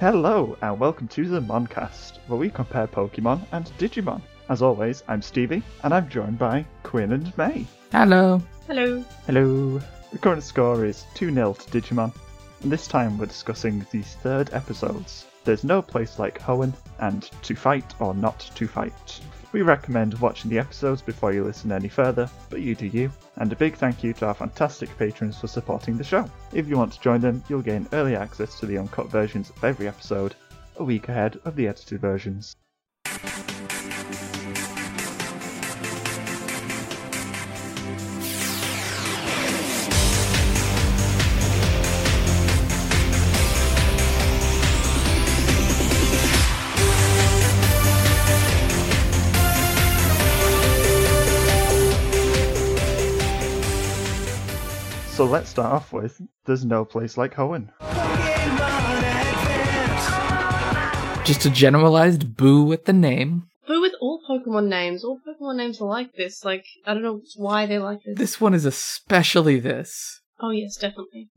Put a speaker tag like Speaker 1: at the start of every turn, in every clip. Speaker 1: Hello, and welcome to the Moncast, where we compare Pokemon and Digimon. As always, I'm Stevie, and I'm joined by Quinn and May.
Speaker 2: Hello.
Speaker 3: Hello.
Speaker 1: Hello. The current score is 2 0 to Digimon, and this time we're discussing the third episodes There's No Place Like Hoenn and To Fight or Not to Fight. We recommend watching the episodes before you listen any further, but you do you. And a big thank you to our fantastic patrons for supporting the show. If you want to join them, you'll gain early access to the uncut versions of every episode, a week ahead of the edited versions. So let's start off with There's No Place Like Hoenn.
Speaker 2: Just a generalized boo at the name.
Speaker 3: But with all Pokemon names, all Pokemon names are like this. Like, I don't know why they like this.
Speaker 2: This one is especially this.
Speaker 3: Oh, yes, definitely.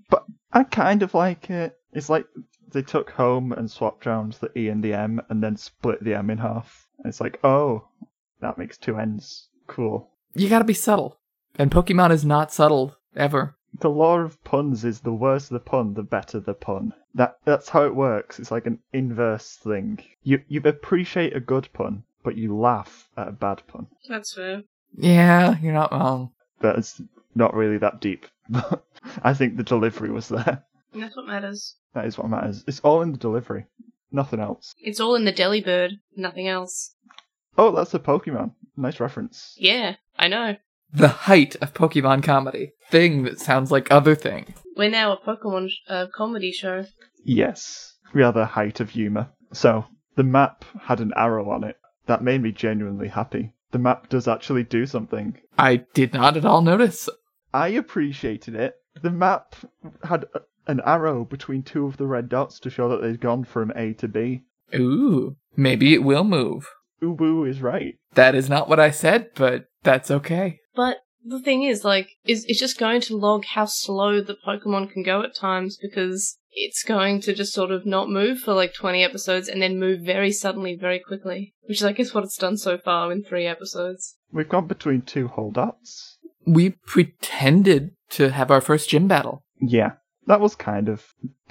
Speaker 1: I kind of like it. It's like they took home and swapped around the E and the M and then split the M in half. And it's like, oh, that makes two N's. Cool.
Speaker 2: You gotta be subtle. And Pokemon is not subtle, ever.
Speaker 1: The law of puns is the worse the pun, the better the pun. That that's how it works. It's like an inverse thing. You you appreciate a good pun, but you laugh at a bad pun.
Speaker 3: That's fair.
Speaker 2: Yeah, you're not wrong.
Speaker 1: But it's not really that deep. But I think the delivery was there.
Speaker 3: And that's what matters.
Speaker 1: That is what matters. It's all in the delivery. Nothing else.
Speaker 3: It's all in the Delibird, nothing else.
Speaker 1: Oh, that's a Pokemon. Nice reference.
Speaker 3: Yeah, I know.
Speaker 2: The height of Pokemon comedy. Thing that sounds like other thing.
Speaker 3: We're now a Pokemon sh- uh, comedy show.
Speaker 1: Yes, we are the height of humour. So, the map had an arrow on it. That made me genuinely happy. The map does actually do something.
Speaker 2: I did not at all notice.
Speaker 1: I appreciated it. The map had a- an arrow between two of the red dots to show that they'd gone from A to B.
Speaker 2: Ooh, maybe it will move.
Speaker 1: Ubu is right.
Speaker 2: That is not what I said, but that's okay.
Speaker 3: But the thing is, like, is it's just going to log how slow the Pokemon can go at times because it's going to just sort of not move for like 20 episodes and then move very suddenly, very quickly. Which is, I guess, what it's done so far in three episodes.
Speaker 1: We've gone between two whole dots.
Speaker 2: We pretended to have our first gym battle.
Speaker 1: Yeah, that was kind of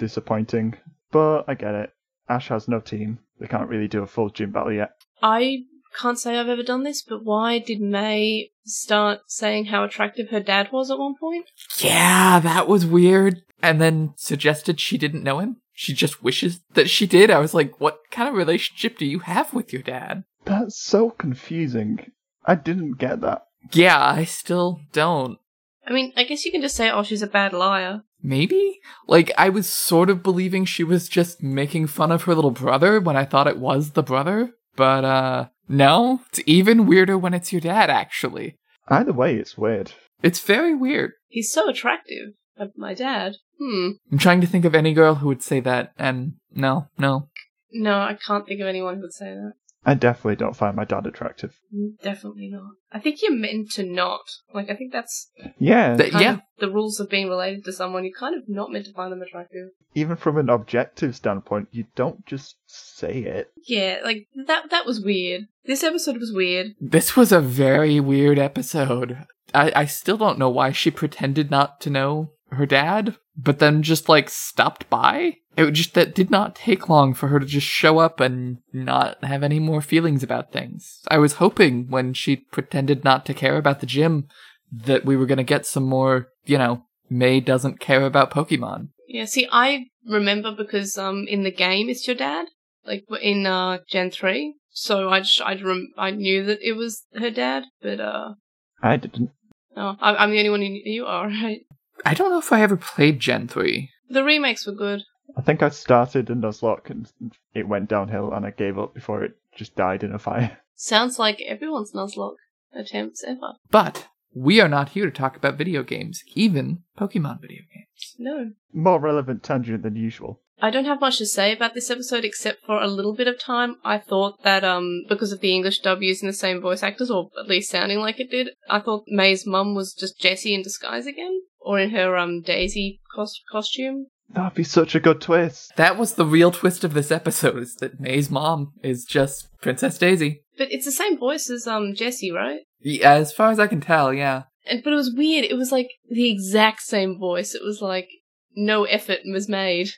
Speaker 1: disappointing, but I get it. Ash has no team. They can't really do a full gym battle yet.
Speaker 3: I can't say I've ever done this, but why did May start saying how attractive her dad was at one point?
Speaker 2: Yeah, that was weird. And then suggested she didn't know him. She just wishes that she did. I was like, what kind of relationship do you have with your dad?
Speaker 1: That's so confusing. I didn't get that.
Speaker 2: Yeah, I still don't.
Speaker 3: I mean, I guess you can just say, oh, she's a bad liar.
Speaker 2: Maybe? Like, I was sort of believing she was just making fun of her little brother when I thought it was the brother. But, uh, no, it's even weirder when it's your dad, actually.
Speaker 1: Either way, it's weird.
Speaker 2: It's very weird.
Speaker 3: He's so attractive. Uh, My dad. Hmm.
Speaker 2: I'm trying to think of any girl who would say that, and no, no.
Speaker 3: No, I can't think of anyone who would say that.
Speaker 1: I definitely don't find my dad attractive.
Speaker 3: Mm, Definitely not. I think you're meant to not. Like, I think that's
Speaker 1: Yeah,
Speaker 2: That-
Speaker 3: kind
Speaker 2: yeah,
Speaker 3: of the rules of being related to someone. You're kind of not meant to find them attractive.
Speaker 1: even from an objective standpoint, you don't just say it.
Speaker 3: Yeah, like, that that was weird. This episode was weird.
Speaker 2: This was a very weird episode. I, I still don't know why she pretended not to know her dad, but then just like stopped by. It was just that did not take long for her to just show up and not have any more feelings about things. I was hoping when she pretended not to care about the gym that we were going to get some more, you know, May doesn't care about Pokemon.
Speaker 3: Yeah, see, I remember because um in the game it's your dad, like w- in uh Gen three. So I just I rem- I knew that it was her dad, but uh
Speaker 1: I didn't.
Speaker 3: no, I- I'm the only one who knew you are right.
Speaker 2: I don't know if I ever played Gen 3.
Speaker 3: The remakes were good.
Speaker 1: I think I started in Nuzlocke and it went downhill and I gave up before it just died in a fire.
Speaker 3: Sounds like everyone's Nuzlocke attempts ever.
Speaker 2: But we are not here to talk about video games, even Pokemon video games.
Speaker 3: No,
Speaker 1: More relevant tangent than usual.
Speaker 3: I don't have much to say about this episode except for a little bit of time. I thought that um because of the English dub using the same voice actors or at least sounding like it did, I thought May's mum was just Jessie in disguise again or in her um Daisy cos- costume.
Speaker 1: That'd be such a good twist.
Speaker 2: That was the real twist of this episode is that May's mom is just Princess Daisy.
Speaker 3: But it's the same voice as um Jesse, right?
Speaker 2: Yeah, as far as I can tell, yeah.
Speaker 3: And but it was weird. It was like the exact same voice. It was like no effort was made.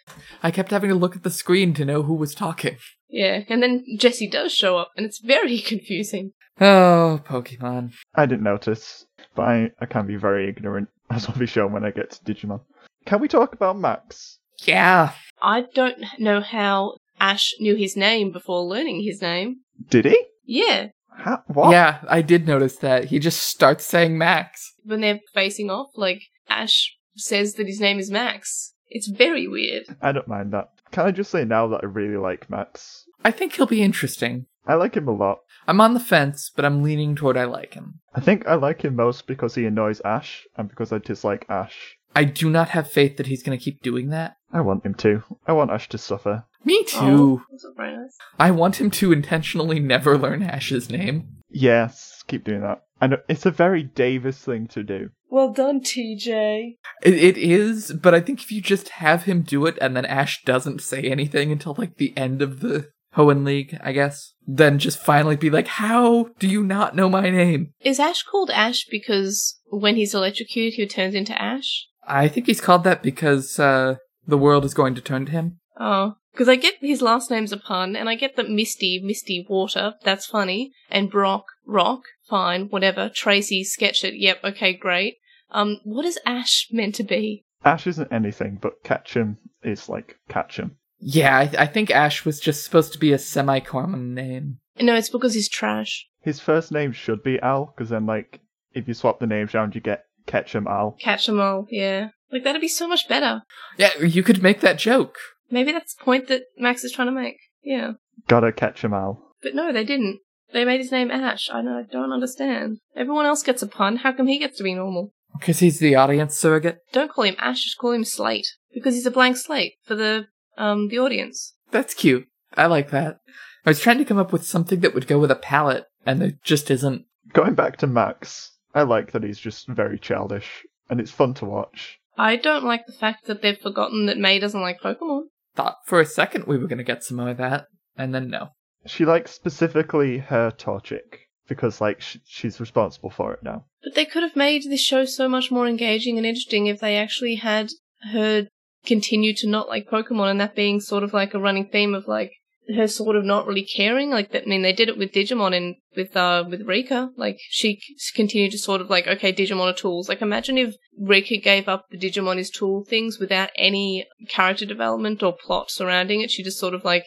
Speaker 2: I kept having to look at the screen to know who was talking.
Speaker 3: Yeah, and then Jesse does show up, and it's very confusing.
Speaker 2: Oh, Pokemon.
Speaker 1: I didn't notice, but I, I can be very ignorant, as will be shown when I get to Digimon. Can we talk about Max?
Speaker 2: Yeah.
Speaker 3: I don't know how Ash knew his name before learning his name.
Speaker 1: Did he?
Speaker 3: Yeah,
Speaker 1: Ha what?
Speaker 2: Yeah, I did notice that. He just starts saying Max.
Speaker 3: when they're facing off, like Ash says that his name is Max. It's very weird.
Speaker 1: I don't mind that. Can I just say now that I really like Max?
Speaker 2: I think he'll be interesting.
Speaker 1: I like him a lot.
Speaker 2: I'm on the fence, but I'm leaning toward I like him.
Speaker 1: I think I like him most because he annoys Ash and because I dislike Ash.
Speaker 2: I do not have faith that he's going to keep doing that.
Speaker 1: I want him to. I want Ash to suffer.
Speaker 2: Me
Speaker 3: Oh,
Speaker 2: too.
Speaker 3: that's not very nice.
Speaker 2: I want him to intentionally never learn Ash's name.
Speaker 1: Yes, keep doing that. I know it's a very Davis thing to do.
Speaker 3: Well done, TJ.
Speaker 2: It, it is, but I think if you just have him do it and then Ash doesn't say anything until like the end of the Hoenn League, I guess, then just finally be like, "How do you not know my name?"
Speaker 3: Is Ash called Ash because when he's electrocuted, he turns into Ash?
Speaker 2: I think he's called that because uh, the world is going to turn to him.
Speaker 3: Oh, because I get his last name's a pun, and I get that Misty, Misty Water, that's funny, and Brock, Rock, fine, whatever. Tracy, sketch it, yep, okay, great. Um, what is Ash meant to be?
Speaker 1: Ash isn't anything, but Ketchum is like Ketchum.
Speaker 2: Yeah, I, I think Ash was just supposed to be a semi-common name.
Speaker 3: No, it's because he's trash.
Speaker 1: His first name should be Al, because then like if you swap the names around, you get Ketchum Al.
Speaker 3: Catch 'em all, yeah. Like that'd be so much better.
Speaker 2: Yeah, you could make that joke.
Speaker 3: Maybe that's the point that Max is trying to make. Yeah,
Speaker 1: Gotta Ketchum Al.
Speaker 3: but no, they didn't. They made his name Ash. I know, I don't understand. Everyone else gets a pun. How come he gets to be normal?
Speaker 2: Because he's the audience surrogate.
Speaker 3: Don't call him Ash. Just call him Slate because he's a blank slate for the um the audience.
Speaker 2: That's cute. I like that. I was trying to come up with something that would go with a palette, and there just isn't.
Speaker 1: Going back to Max, I like that he's just very childish, and it's fun to watch.
Speaker 3: I don't like the fact that they've forgotten that May doesn't like Pokemon.
Speaker 2: Thought for a second we were going to get some more of that, and then no.
Speaker 1: She likes specifically her Torchic because like sh- she's responsible for it now.
Speaker 3: But they could have made this show so much more engaging and interesting if they actually had her continue to not like Pokemon and that being sort of like a running theme of like her sort of not really caring. Like that, I mean, they did it with Digimon and with, uh, with Rika. Like she c- continued to sort of like, okay, Digimon are tools. Like imagine if Rika gave up the Digimon is tool things without any character development or plot surrounding it. She just sort of like,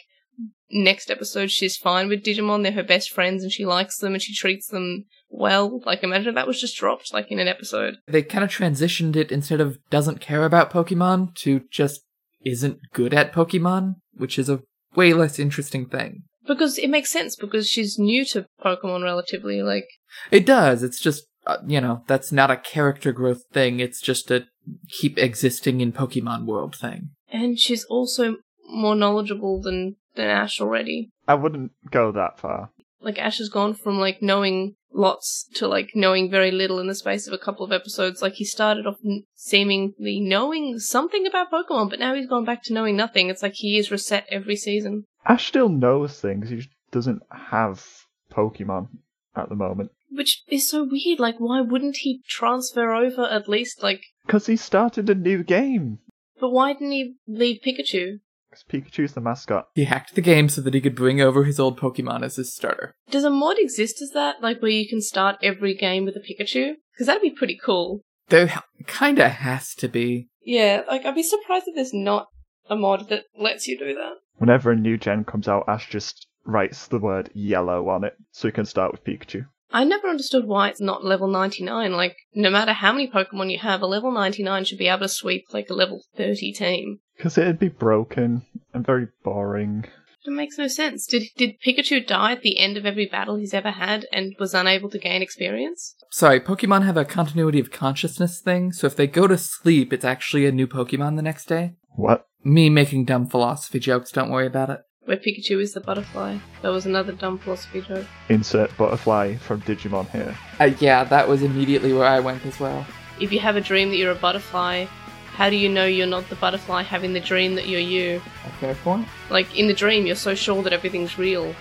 Speaker 3: next episode she's fine with Digimon. They're her best friends and she likes them and she treats them well. Like, imagine if that was just dropped, like, in an episode.
Speaker 2: They kind of transitioned it instead of doesn't care about Pokemon to just isn't good at Pokemon, which is a way less interesting thing.
Speaker 3: Because it makes sense, because she's new to Pokemon relatively. Like,
Speaker 2: It does. It's just, uh, you know, that's not a character growth thing. It's just a keep existing in Pokemon world thing.
Speaker 3: and she's also more knowledgeable than, than Ash already.
Speaker 1: I wouldn't go that far.
Speaker 3: Like, Ash has gone from, like, knowing lots to, like, knowing very little in the space of a couple of episodes. Like, he started off n- seemingly knowing something about Pokemon, but now he's gone back to knowing nothing. It's like he is reset every season.
Speaker 1: Ash still knows things. He just doesn't have Pokemon at the moment
Speaker 3: Which is so weird. Like, why wouldn't he transfer over at least, like,
Speaker 1: because he started a new game.
Speaker 3: But why didn't he leave Pikachu?
Speaker 1: 'Cause Pikachu's the mascot.
Speaker 2: He hacked the game so that he could bring over his old Pokemon as his starter.
Speaker 3: Does a mod exist as that? Like where you can start every game with a Pikachu? Because that'd be pretty cool.
Speaker 2: There h- kinda has to be.
Speaker 3: Yeah, like I'd be surprised if there's not a mod that lets you do that.
Speaker 1: Whenever a new gen comes out, Ash just writes the word yellow on it so you can start with Pikachu.
Speaker 3: I never understood why it's not level 99. Like, no matter how many Pokemon you have, a level 99 should be able to sweep like a level 30 team.
Speaker 1: Because it'd be broken and very boring.
Speaker 3: It makes no sense. Did, did Pikachu die at the end of every battle he's ever had and was unable to gain experience?
Speaker 2: Sorry, Pokemon have a continuity of consciousness thing, so if they go to sleep, it's actually a new Pokemon the next day.
Speaker 1: What?
Speaker 2: Me making dumb philosophy jokes, don't worry about it.
Speaker 3: Where Pikachu is the butterfly. That was another dumb philosophy joke.
Speaker 1: Insert butterfly from Digimon here.
Speaker 2: Uh, yeah, that was immediately where I went as well.
Speaker 3: if you have a dream that you're a butterfly, how do you know you're not the butterfly having the dream that you're you?
Speaker 2: A fair point.
Speaker 3: Like in the dream, you're so sure that everything's real,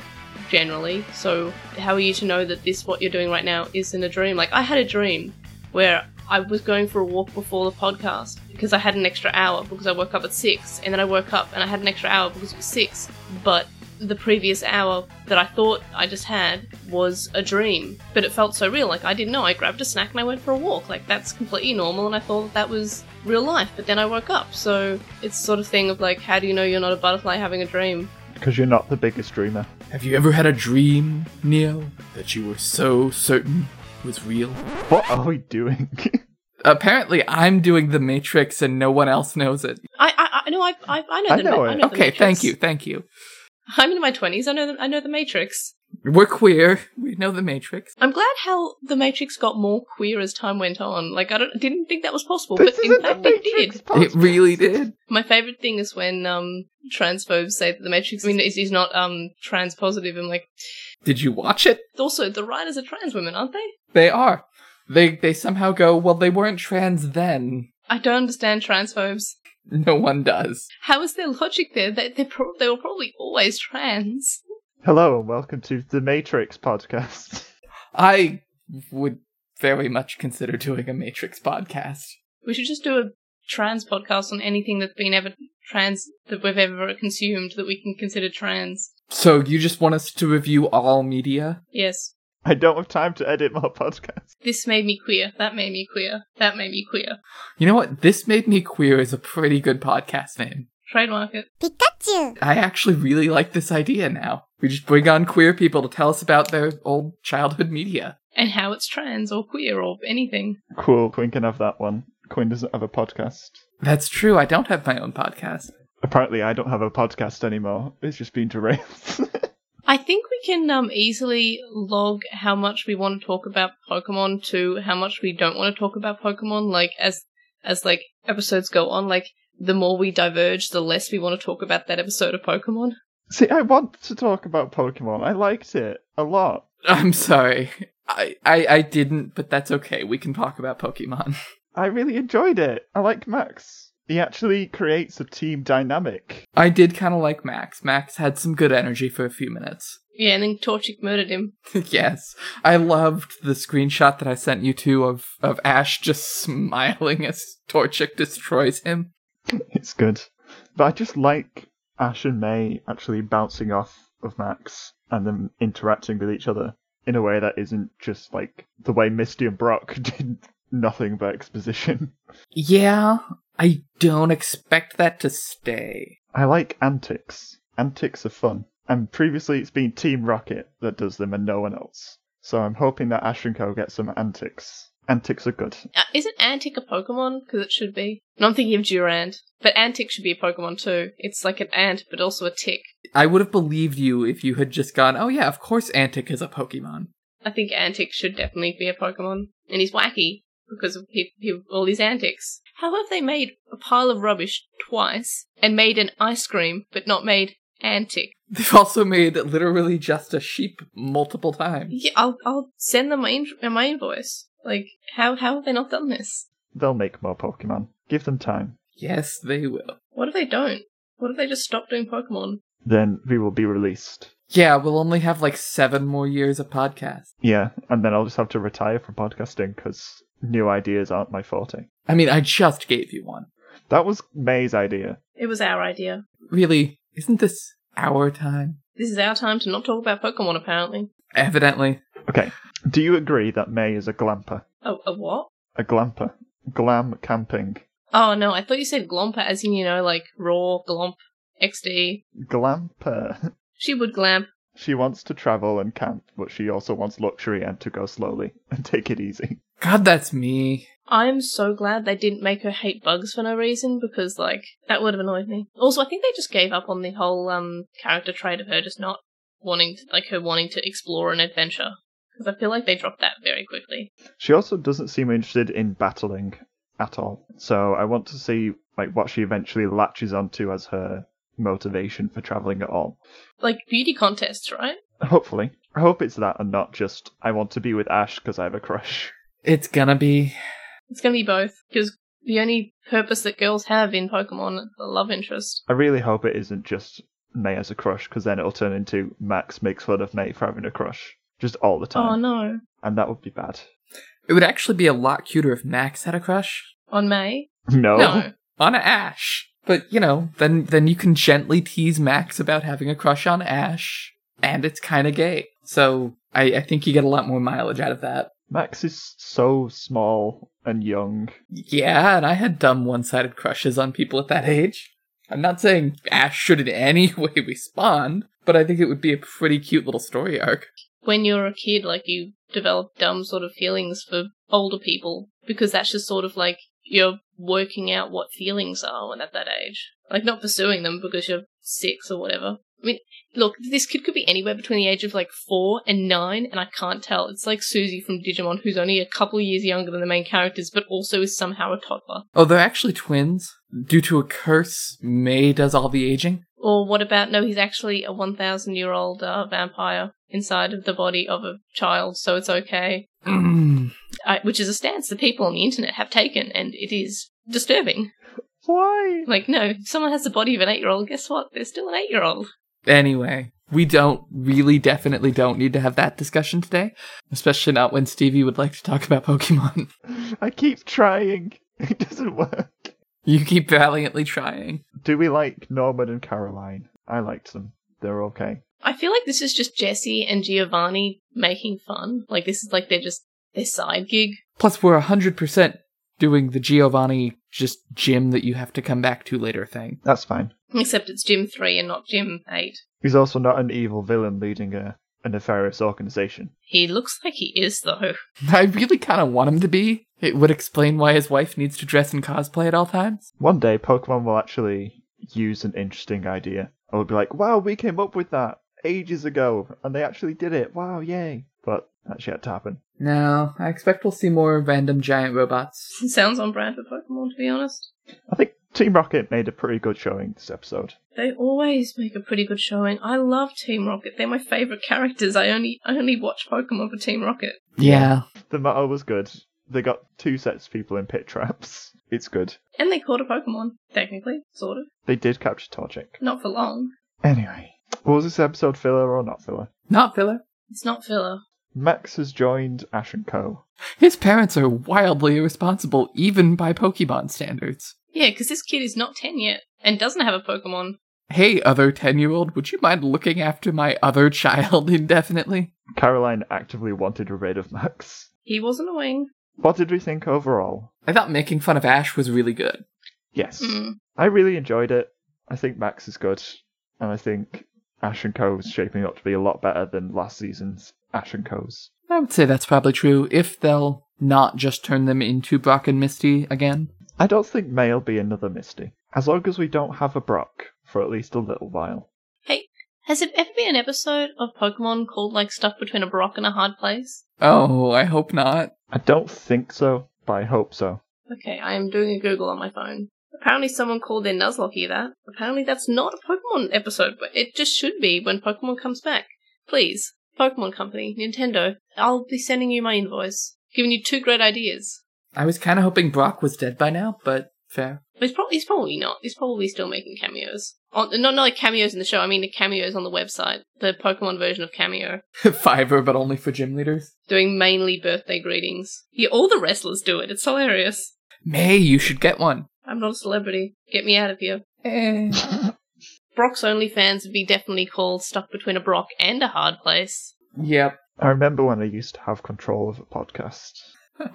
Speaker 3: generally. So how are you to know that this what you're doing right now isn't a dream? Like I had a dream where I was going for a walk before the podcast because I had an extra hour because I woke up at six, and then I woke up and I had an extra hour because it was six. But the previous hour that I thought I just had was a dream, but it felt so real. Like I didn't know. I grabbed a snack and I went for a walk. Like that's completely normal, and I thought that, that was real life. But then I woke up, so it's sort of thing of like, how do you know you're not a butterfly having a dream?
Speaker 1: Because you're not the biggest dreamer.
Speaker 2: Have you ever had a dream, Neo, that you were so certain was real?
Speaker 1: What are we doing?
Speaker 2: Apparently, I'm doing the Matrix and no one else knows it.
Speaker 3: I I, I no, I I, I know.
Speaker 1: I
Speaker 3: the,
Speaker 1: know it.
Speaker 3: I know the
Speaker 2: Okay,
Speaker 3: Matrix.
Speaker 2: thank you, thank you.
Speaker 3: I'm in my twenties. I know. The, I know the Matrix.
Speaker 2: We're queer. We know the Matrix.
Speaker 3: I'm glad how the Matrix got more queer as time went on. Like I don't, didn't think that was possible,
Speaker 1: this
Speaker 3: but in
Speaker 1: isn't the
Speaker 3: fact it
Speaker 1: Matrix
Speaker 3: did.
Speaker 1: podcast.
Speaker 2: It really did.
Speaker 3: My favorite thing is when um transphobes say that the Matrix, I mean, is, is not um trans positive. I'm like,
Speaker 2: Did you watch it?
Speaker 3: also the writers are trans women, aren't they?
Speaker 2: They are. They they somehow go, well, they weren't trans then.
Speaker 3: I don't understand transphobes.
Speaker 2: No one does.
Speaker 3: How is their logic there? They they, pro- they were probably always trans.
Speaker 1: Hello and welcome to the Matrix podcast.
Speaker 2: I would very much consider doing a Matrix podcast.
Speaker 3: We should just do a trans podcast on anything that's been ever trans that we've ever consumed that we can consider trans.
Speaker 2: So you just want us to review all media?
Speaker 3: Yes.
Speaker 1: I don't have time to edit more podcasts.
Speaker 3: This made me queer. That made me queer. That made me queer.
Speaker 2: You know what? This made me queer is a pretty good podcast name.
Speaker 3: Trademark it.
Speaker 4: Pikachu!
Speaker 2: I actually really like this idea now. We just bring on queer people to tell us about their old childhood media.
Speaker 3: And how it's trans or queer or anything.
Speaker 1: Cool, Quinn can have that one. Quinn doesn't have a podcast.
Speaker 2: That's true. I don't have my own podcast.
Speaker 1: Apparently, I don't have a podcast anymore. It's just been derailed.
Speaker 3: I think we can um, easily log how much we want to talk about Pokemon to how much we don't want to talk about Pokemon. Like as as like episodes go on, like the more we diverge, the less we want to talk about that episode of Pokemon.
Speaker 1: See, I want to talk about Pokemon. I liked it a lot.
Speaker 2: I'm sorry. I, I, I didn't, but that's okay. We can talk about Pokemon.
Speaker 1: I really enjoyed it. I like Max. He actually creates a team dynamic.
Speaker 2: I did kind of like Max. Max had some good energy for a few minutes.
Speaker 3: Yeah, and then Torchic murdered him.
Speaker 2: yes. I loved the screenshot that I sent you to of, of Ash just smiling as Torchic destroys him.
Speaker 1: It's good. But I just like Ash and May actually bouncing off of Max and them interacting with each other in a way that isn't just like the way Misty and Brock did nothing but exposition.
Speaker 2: Yeah, I don't expect that to stay.
Speaker 1: I like antics. Antics are fun. And previously it's been Team Rocket that does them and no one else. So I'm hoping that Ash and Co get some antics. Antics are good.
Speaker 3: Uh, isn't Antic a Pokemon? Because it should be. No, I'm thinking of Durant, but Antic should be a Pokemon too. It's like an ant, but also a tick.
Speaker 2: I would have believed you if you had just gone, oh yeah, of course Antic is a Pokemon.
Speaker 3: I think Antic should definitely be a Pokemon, and he's wacky because of he, he, all his antics. How have they made a pile of rubbish twice and made an ice cream, but not made Antic?
Speaker 2: They've also made literally just a sheep multiple times.
Speaker 3: Yeah, I'll I'll send them my in- uh, my invoice. Like, how how have they not done this?
Speaker 1: They'll make more Pokemon. Give them time.
Speaker 2: Yes, they will.
Speaker 3: What if they don't? What if they just stop doing Pokemon?
Speaker 1: Then we will be released.
Speaker 2: Yeah, we'll only have like seven more years of podcasts.
Speaker 1: Yeah, and then I'll just have to retire from podcasting because new ideas aren't my forte.
Speaker 2: I mean, I just gave you one.
Speaker 1: That was May's idea.
Speaker 3: It was our idea.
Speaker 2: Really, isn't this our time?
Speaker 3: This is our time to not talk about Pokemon, apparently.
Speaker 2: Evidently.
Speaker 1: Okay, do you agree that May is a glamper?
Speaker 3: Oh, a what?
Speaker 1: A glamper. Glam camping.
Speaker 3: Oh no, I thought you said Glompa, as in you know, like raw glomp, XD.
Speaker 1: Glamper.
Speaker 3: She would glamp.
Speaker 1: She wants to travel and camp, but she also wants luxury and to go slowly and take it easy.
Speaker 2: God, that's me.
Speaker 3: I'm so glad they didn't make her hate bugs for no reason because like that would have annoyed me. Also, I think they just gave up on the whole um character trait of her just not wanting to, like her wanting to explore and adventure because I feel like they dropped that very quickly.
Speaker 1: She also doesn't seem interested in battling at all. So I want to see like what she eventually latches onto as her motivation for traveling at all.
Speaker 3: Like beauty contests, right?
Speaker 1: Hopefully. I hope it's that and not just I want to be with Ash because I have a crush.
Speaker 2: It's gonna be.
Speaker 3: It's gonna be both because the only purpose that girls have in Pokemon, the love interest.
Speaker 1: I really hope it isn't just May as a crush, because then it'll turn into Max makes fun of May for having a crush just all the time,
Speaker 3: Oh no.
Speaker 1: and that would be bad.
Speaker 2: It would actually be a lot cuter if Max had a crush
Speaker 3: On May?
Speaker 1: No,
Speaker 3: No.
Speaker 2: on Ash. But you know, then then you can gently tease Max about having a crush on Ash, and it's kind of gay. So I, I think you get a lot more mileage out of that.
Speaker 1: Max is so small and young.
Speaker 2: Yeah, and I had dumb one-sided crushes on people at that age. I'm not saying Ash should in any way respond, but I think it would be a pretty cute little story arc.
Speaker 3: When you're a kid, like you develop dumb sort of feelings for older people because that's just sort of like you're working out what feelings are when at that age. Like not pursuing them because you're six or whatever. I mean, look, this kid could be anywhere between the age of like four and nine, and I can't tell. It's like Susie from Digimon, who's only a couple years younger than the main characters, but also is somehow a toddler.
Speaker 2: Oh, they're actually twins. Due to a curse, May does all the aging.
Speaker 3: Or what about no? He's actually a one thousand year old uh, vampire inside of the body of a child, so it's okay.
Speaker 2: Mm.
Speaker 3: I, which is a stance that people on the internet have taken, and it is disturbing.
Speaker 1: Why?
Speaker 3: Like, no, if someone has the body of an eight year old, guess what? They're still an eight year old.
Speaker 2: Anyway, we don't really definitely don't need to have that discussion today, especially not when Stevie would like to talk about Pokemon.
Speaker 1: I keep trying. It doesn't work.
Speaker 2: you keep valiantly trying.
Speaker 1: Do we like Norman and Caroline? I liked them. They're okay.
Speaker 3: I feel like this is just Jesse and Giovanni making fun. Like, this is like they're just their side gig.
Speaker 2: Plus, we're 100% doing the Giovanni just gym that you have to come back to later thing.
Speaker 1: That's fine.
Speaker 3: Except it's Jim 3 and not Jim 8.
Speaker 1: He's also not an evil villain leading a, a nefarious organization.
Speaker 3: He looks like he is, though.
Speaker 2: I really kind of want him to be. It would explain why his wife needs to dress in cosplay at all times.
Speaker 1: One day, Pokemon will actually use an interesting idea. I will be like, wow, we came up with that ages ago, and they actually did it. Wow, yay. But that's yet to happen.
Speaker 2: No, I expect we'll see more random giant robots.
Speaker 3: Sounds on brand for Pokemon, to be honest.
Speaker 1: I think Team Rocket made a pretty good showing this episode.
Speaker 3: They always make a pretty good showing. I love Team Rocket. They're my favorite characters. I only I only watch Pokemon for Team Rocket.
Speaker 2: Yeah.
Speaker 1: The motto was good. They got two sets of people in pit traps. It's good.
Speaker 3: And they caught a Pokemon, technically, sort of.
Speaker 1: They did capture Torchic.
Speaker 3: Not for long.
Speaker 1: Anyway, was this episode filler or not filler?
Speaker 2: Not filler.
Speaker 3: It's not filler.
Speaker 1: Max has joined Ash and Co.
Speaker 2: His parents are wildly irresponsible, even by Pokemon standards.
Speaker 3: Yeah, because this kid is not 10 yet and doesn't have a Pokemon.
Speaker 2: Hey, other 10 year old, would you mind looking after my other child indefinitely?
Speaker 1: Caroline actively wanted rid of Max.
Speaker 3: He wasn't a wing.
Speaker 1: What did we think overall?
Speaker 2: I thought making fun of Ash was really good.
Speaker 1: Yes.
Speaker 3: Mm.
Speaker 1: I really enjoyed it. I think Max is good, and I think Ash and Co is shaping up to be a lot better than last season's Ash and Co's.
Speaker 2: I would say that's probably true if they'll not just turn them into Brock and Misty again.
Speaker 1: I don't think May'll be another Misty, as long as we don't have a Brock for at least a little while.
Speaker 3: Hey, has it ever been an episode of Pokemon called, like, Stuff Between a Rock and a Hard Place?
Speaker 2: Oh, I hope not.
Speaker 1: I don't think so, but I hope so.
Speaker 3: Okay, I am doing a Google on my phone. Apparently, someone called their Nuzlocke that. Apparently, that's not a Pokemon episode, but it just should be when Pokemon comes back. Please, Pokemon Company, Nintendo, I'll be sending you my invoice. Giving you two great ideas.
Speaker 2: I was kind of hoping Brock was dead by now, but fair.
Speaker 3: He's probably he's probably not. He's probably still making cameos. On, not not like cameos in the show. I mean the cameos on the website, the Pokemon version of cameo,
Speaker 2: Fiverr, but only for gym leaders.
Speaker 3: doing mainly birthday greetings. Yeah, all the wrestlers do it. It's hilarious.
Speaker 2: May, you should get one.
Speaker 3: I'm not a celebrity. Get me out of here.
Speaker 2: Eh.
Speaker 3: Brock's only fans would be definitely called stuck between a Brock and a hard place.
Speaker 2: Yep.
Speaker 1: I remember when I used to have control of a podcast.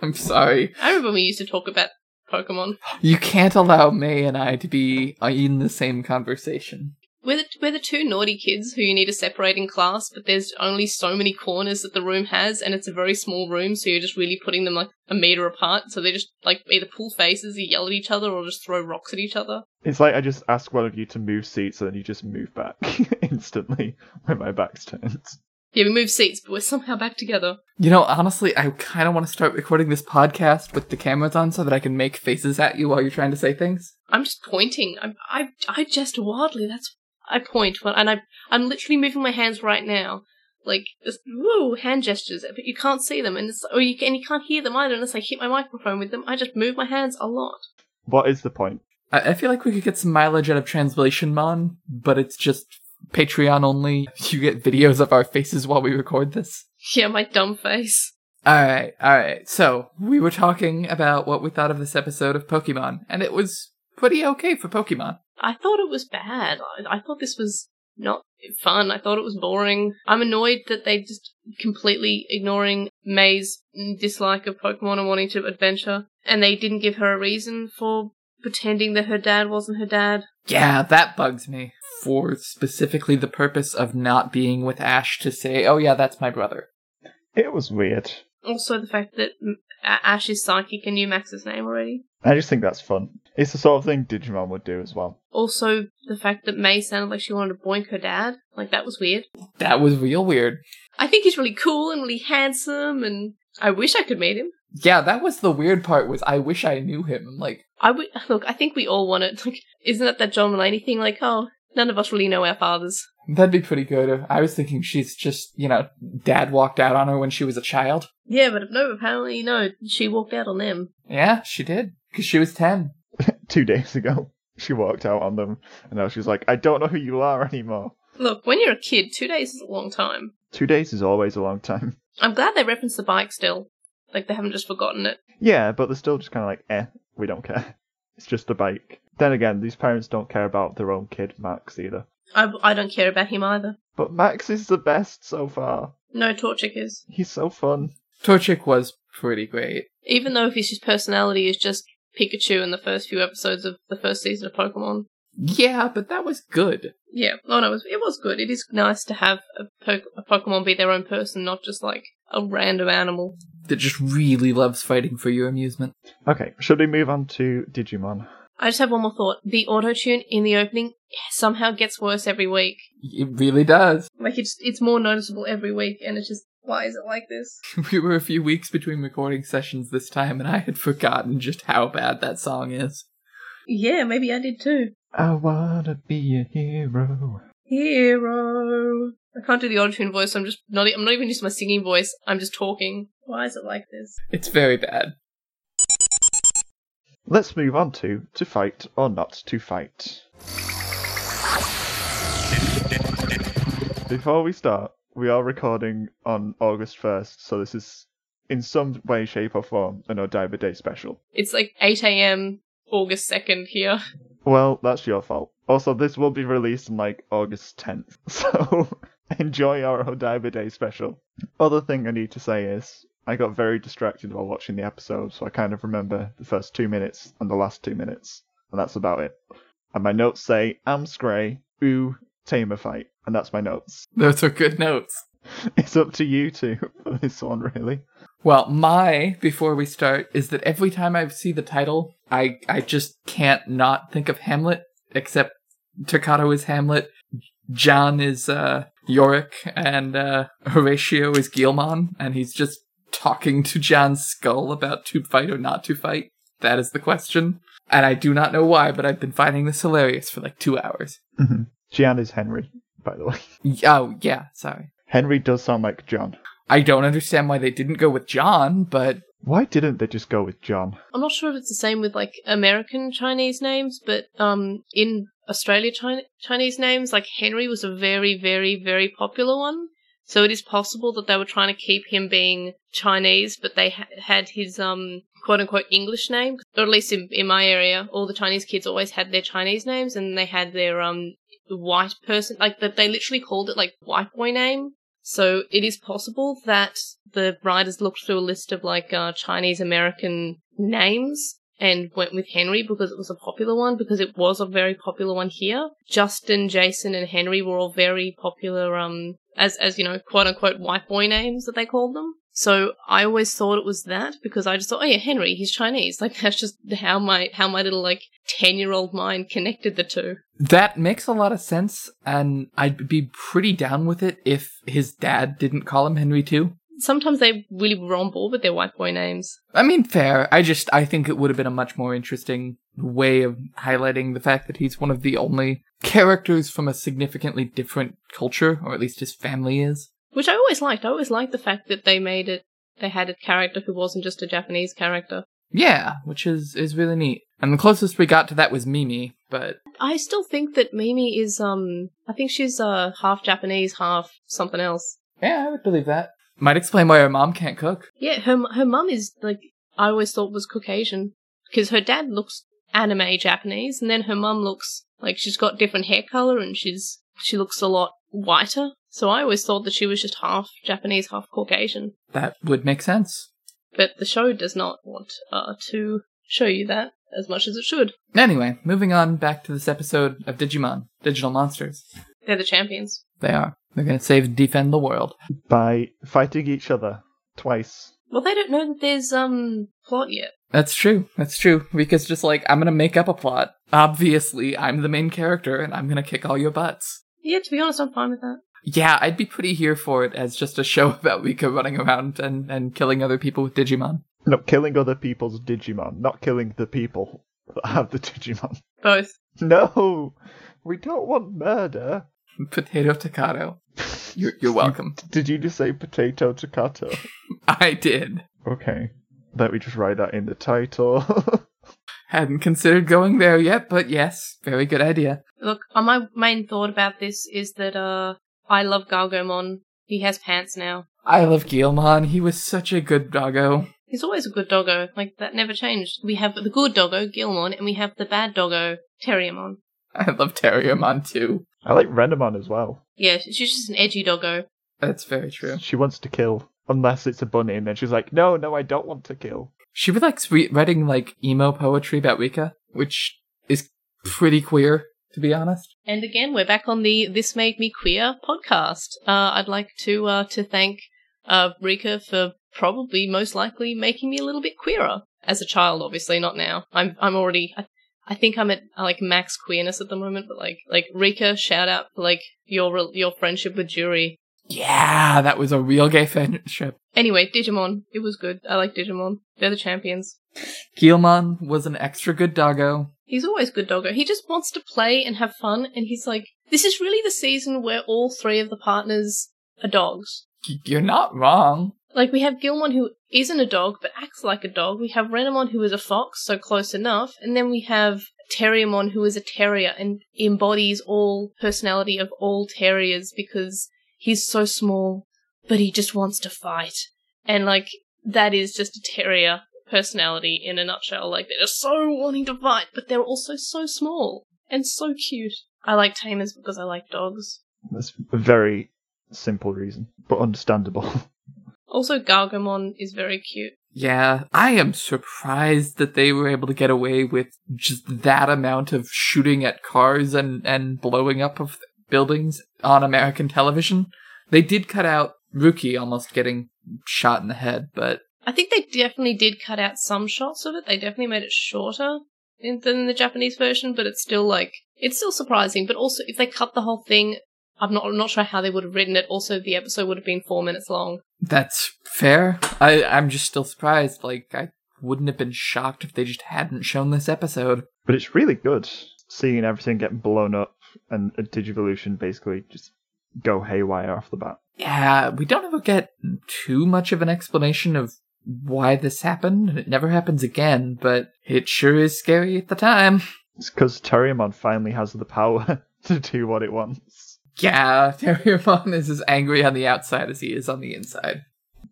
Speaker 2: I'm sorry.
Speaker 3: I remember we used to talk about Pokemon.
Speaker 2: You can't allow May and I to be uh, in the same conversation.
Speaker 3: We're the, we're the two naughty kids who you need to separate in class, but there's only so many corners that the room has, and it's a very small room, so you're just really putting them like a meter apart. So they just like either pull faces, or yell at each other, or just throw rocks at each other.
Speaker 1: It's like I just ask one of you to move seats and then you just move back instantly when my back's turned.
Speaker 3: Yeah, we move seats, but we're somehow back together.
Speaker 2: You know, honestly, I kind of want to start recording this podcast with the cameras on so that I can make faces at you while you're trying to say things.
Speaker 3: I'm just pointing. I'm, I I jest wildly. That's I point when, and I I'm literally moving my hands right now, like just woo hand gestures, but you can't see them, and it's, or you can, and you can't hear them either unless I hit my microphone with them. I just move my hands a lot.
Speaker 1: What is the point?
Speaker 2: I, I feel like we could get some mileage out of Translation Mon, but it's just Patreon only. You get videos of our faces while we record this.
Speaker 3: Yeah, my dumb face.
Speaker 2: All right, all right. So we were talking about what we thought of this episode of Pokemon, and it was pretty okay for Pokemon.
Speaker 3: I thought it was bad. I, I thought this was not fun. I thought it was boring. I'm annoyed that they just completely ignoring May's dislike of Pokemon and wanting to adventure, and they didn't give her a reason for pretending that her dad wasn't her dad.
Speaker 2: Yeah, that bugs me. For specifically the purpose of not being with Ash to say, oh yeah, that's my brother.
Speaker 1: It was weird.
Speaker 3: Also, the fact that mm, A- Ash is psychic and knew Max's name already.
Speaker 1: I just think that's fun. It's the sort of thing Digimon would do as well.
Speaker 3: Also, the fact that May sounded like she wanted to boink her dad. Like, that was weird.
Speaker 2: That was real weird.
Speaker 3: I think he's really cool and really handsome, and I wish I could meet him.
Speaker 2: Yeah, that was the weird part was I wish I knew him. I'm like,
Speaker 3: I would look. I think we all want it. Like, isn't that that John Mulaney thing? Like, oh, none of us really know our fathers.
Speaker 2: that'd be pretty good. I was thinking she's just, you know, dad walked out on her when she was a child.
Speaker 3: Yeah, but no, apparently no. She walked out on them.
Speaker 2: Yeah, she did. Because she was 10.
Speaker 1: Two days ago, she walked out on them, and now she's like, I don't know who you are anymore.
Speaker 3: Look, when you're a kid, two days is a long time.
Speaker 1: Two days is always a long time.
Speaker 3: I'm glad they reference the bike still. Like they haven't just forgotten it.
Speaker 1: Yeah, but they're still just kind of like, eh, we don't care. It's just a bike. Then again, these parents don't care about their own kid, Max, either.
Speaker 3: I, I don't care about him either.
Speaker 1: But Max is the best so far.
Speaker 3: No Torchic is.
Speaker 1: He's so fun.
Speaker 2: Torchic was pretty great.
Speaker 3: Even though if his his personality is just Pikachu in the first few episodes of the first season of Pokemon.
Speaker 2: Yeah, but that was good.
Speaker 3: Yeah, oh no, it was, it was good. It is nice to have a, po- a Pokemon be their own person, not just like a random animal.
Speaker 2: That just really loves fighting for your amusement.
Speaker 1: Okay, should we move on to Digimon?
Speaker 3: I just have one more thought. The auto tune in the opening somehow gets worse every week.
Speaker 2: It really does.
Speaker 3: Like it's it's more noticeable every week, and it's just why is it like this?
Speaker 2: We were a few weeks between recording sessions this time, and I had forgotten just how bad that song is.
Speaker 3: Yeah, maybe I did too.
Speaker 1: I wanna be a hero.
Speaker 3: Hero. I can't do the auto tune voice. So I'm just not. e, I'm not even using my singing voice. I'm just talking. Why is it like this?
Speaker 2: It's very bad.
Speaker 1: Let's move on to To Fight or Not to Fight. Before we start, we are recording on August 1st, so this is in some way, shape, or form an Odaiba Day special.
Speaker 3: It's like 8 a.m. August 2nd here.
Speaker 1: Well, that's your fault. Also, this will be released on like August 10th, so enjoy our Odaiba Day special. Other thing I need to say is I got very distracted while watching the episode, so I kind of remember the first two minutes and the last two minutes, and that's about it. And my notes say, Am Scray, ooh, Tamer fight, and that's my notes.
Speaker 2: Those are good notes.
Speaker 1: It's up to you two for this one, really.
Speaker 2: Well, my before we start is that every time I see the title, I I just can't not think of Hamlet. Except Takato is Hamlet, John is uh, Yorick, and uh, Horatio is Gilmon, and he's just talking to John's skull about to fight or not to fight. That is the question, and I do not know why, but I've been finding this hilarious for like two hours.
Speaker 1: Gian is Henry, by the way.
Speaker 2: Y- Oh yeah, sorry.
Speaker 1: Henry does sound like John.
Speaker 2: I don't understand why they didn't go with John, but
Speaker 1: Why didn't they just go with John?
Speaker 3: I'm not sure if it's the same with like American Chinese names, but um, in Australia China- Chinese names, like Henry was a very, very, very popular one. So it is possible that they were trying to keep him being Chinese, but they ha- had his um quote unquote English name, or at least in, in my area, all the Chinese kids always had their Chinese names, and they had their um white person like that. They literally called it like white boy name. So it is possible that the writers looked through a list of like uh, Chinese American names and went with Henry because it was a popular one because it was a very popular one here. Justin, Jason, and Henry were all very popular um as as you know quote unquote white boy names that they called them. So I always thought it was that because I just thought, oh yeah, Henry, he's Chinese. Like that's just how my how my little like ten year old mind connected the two.
Speaker 2: That makes a lot of sense, and I'd be pretty down with it if his dad didn't call him Henry too.
Speaker 3: Sometimes they really were on board with their white boy names.
Speaker 2: I mean, fair. I just I think it would have been a much more interesting way of highlighting the fact that he's one of the only characters from a significantly different culture, or at least his family is.
Speaker 3: Which I always liked. I always liked the fact that they made it, they had a character who wasn't just a Japanese character.
Speaker 2: Yeah, which is is really neat. And the closest we got to that was Mimi, but
Speaker 3: I still think that Mimi is um I think she's uh half Japanese, half something else.
Speaker 2: yeah, I would believe that. Might explain why her mom can't cook.
Speaker 3: Yeah, her m- her mum is like I always thought was Caucasian because her dad looks anime Japanese, and then her mum looks like she's got different hair color and she's she looks a lot whiter. So I always thought that she was just half Japanese, half Caucasian.
Speaker 2: That would make sense.
Speaker 3: But the show does not want uh, to show you that as much as it should.
Speaker 2: Anyway, moving on back to this episode of Digimon, Digital Monsters.
Speaker 3: They're the champions.
Speaker 2: They are. They're gonna save and defend the world.
Speaker 1: by fighting each other twice.
Speaker 3: Well, they don't know that there's um plot yet.
Speaker 2: That's true. That's true. Rika's just like, I'm gonna make up a plot. Obviously, I'm the main character and I'm gonna kick all your butts.
Speaker 3: Yeah, to be honest, I'm fine with that.
Speaker 2: Yeah, I'd be pretty here for it as just a show about Rika running around and, and killing other people with Digimon.
Speaker 1: No, killing other people's Digimon, not killing the people that have the Digimon.
Speaker 3: Both.
Speaker 1: No, we don't want murder.
Speaker 2: Potato Staccato. You're, you're welcome.
Speaker 1: Did you just say potato staccato?
Speaker 2: I did.
Speaker 1: okay, let me just write that in the title.
Speaker 2: Hadn't considered going there yet, but yes, very good idea.
Speaker 3: Look, uh, my main thought about this is that uh, I love Gargomon. He has pants now.
Speaker 2: I love Gilmon. He was such a good doggo.
Speaker 3: He's always a good doggo. Like that never changed. We have the good doggo Gilmon, and we have the bad doggo Terriamon.
Speaker 2: I love Terriermon too.
Speaker 1: I like Renamon as well.
Speaker 3: Yeah, she's just an edgy doggo.
Speaker 2: That's very true.
Speaker 1: She wants to kill, unless it's a bunny, and then she's like, no, no, I don't want to kill.
Speaker 2: She would like sweet writing like emo poetry about Rika, which is pretty queer, to be honest.
Speaker 3: And again, we're back on the "This Made Me Queer" podcast. Uh, I'd like to uh, to thank uh, Rika for probably most likely making me a little bit queerer as a child. Obviously, not now. I'm I'm already. I, I think I'm at uh, like max queerness at the moment. But like like Rika, shout out for like your rel- your friendship with Jury.
Speaker 2: Yeah, that was a real gay friendship.
Speaker 3: Anyway, Digimon. It was good. I like Digimon. They're the champions.
Speaker 2: Gilmon was an extra good doggo.
Speaker 3: He's always good doggo. He just wants to play and have fun, and he's like, this is really the season where all three of the partners are dogs.
Speaker 2: Y- You're not wrong.
Speaker 3: Like we have Gilmon who isn't a dog but acts like a dog. We have Renamon who is a fox, so close enough, and then we have Terriamon who is a terrier and embodies all personality of all terriers because he's so small, but he just wants to fight. And like that is just a terrier personality in a nutshell. Like they're just so wanting to fight, but they're also so small and so cute. I like tamers because I like dogs.
Speaker 1: That's a very simple reason, but understandable.
Speaker 3: Also Gargamon is very cute.
Speaker 2: Yeah, I am surprised that they were able to get away with just that amount of shooting at cars and, and blowing up of buildings on American television. They did cut out Rookie almost getting shot in the head, but
Speaker 3: I think they definitely did cut out some shots of it. They definitely made it shorter in, than the Japanese version, but it's still like it's still surprising. But also, if they cut the whole thing, I'm not I'm not sure how they would have written it. Also, the episode would have been four minutes long.
Speaker 2: that's fair. I, I'm just still surprised. Like, I wouldn't have been shocked if they just hadn't shown this episode.
Speaker 1: But it's really good seeing everything get blown up and a Digivolution basically just go haywire off the bat.
Speaker 2: Yeah, we don't ever get too much of an explanation of why this happened, and it never happens again, but it sure is scary at the time.
Speaker 1: It's because Terriamon finally has the power to do what it wants.
Speaker 2: Yeah, Terriermon is as angry on the outside as he is on the inside.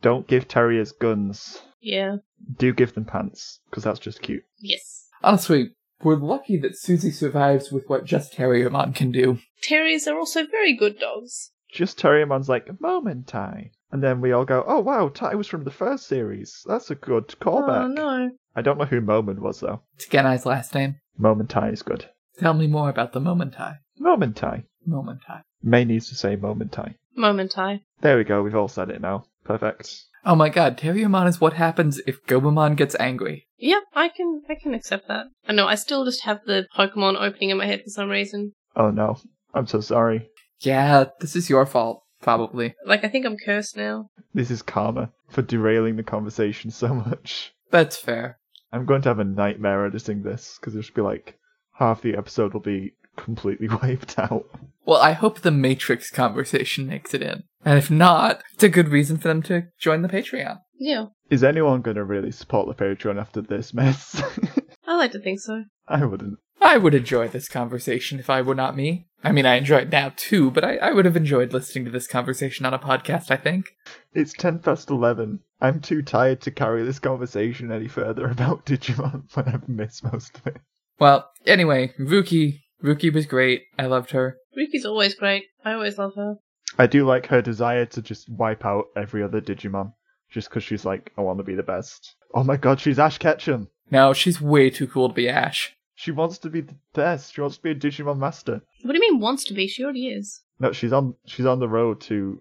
Speaker 1: Don't give terriers guns.
Speaker 3: Yeah.
Speaker 1: Do give them pants, because that's just cute.
Speaker 3: Yes.
Speaker 2: Honestly, we're lucky that Susie survives with what just Terriermon can do.
Speaker 3: Terriers are also very good dogs.
Speaker 1: Just Terriamon's like, moment, Ty. And then we all go, oh wow, Ty was from the first series. That's a good callback.
Speaker 3: Oh no.
Speaker 1: I don't know who Moment was, though.
Speaker 2: It's Genai's last name.
Speaker 1: Moment Ty is good.
Speaker 2: Tell me more about the Momentai.
Speaker 1: Moment Ty.
Speaker 2: Momentai.
Speaker 1: May needs to say Moment Ty.
Speaker 3: Momentai.
Speaker 1: There we go, we've all said it now. Perfect.
Speaker 2: Oh my god, Terriermon is what happens if Gobamon gets angry.
Speaker 3: Yeah, I can I can accept that. I know I still just have the Pokemon opening in my head for some reason.
Speaker 1: Oh no, I'm so sorry.
Speaker 2: Yeah, this is your fault, probably.
Speaker 3: Like I think I'm cursed now.
Speaker 1: This is karma for derailing the conversation so much.
Speaker 2: That's fair.
Speaker 1: I'm going to have a nightmare editing this because it'll just be like half the episode will be completely wiped out.
Speaker 2: Well, I hope the Matrix conversation makes it in. And if not, it's a good reason for them to join the Patreon.
Speaker 3: Yeah.
Speaker 1: Is anyone going to really support the Patreon after this mess?
Speaker 3: I like to think so.
Speaker 1: I wouldn't.
Speaker 2: I would enjoy this conversation if I were not me. I mean, I enjoy it now too, but I, I would have enjoyed listening to this conversation on a podcast, I think.
Speaker 1: It's 10 past 11. I'm too tired to carry this conversation any further about Digimon when I've missed most of it.
Speaker 2: Well, anyway, Ruki. Ruki was great. I loved her.
Speaker 3: Ruki's always great. I always love her.
Speaker 1: I do like her desire to just wipe out every other Digimon just because she's like, I want to be the best. Oh my god, she's Ash Ketchum.
Speaker 2: No, she's way too cool to be Ash.
Speaker 1: She wants to be the best. She wants to be a Digimon master.
Speaker 3: What do you mean wants to be? She already is.
Speaker 1: No, she's on she's on the road to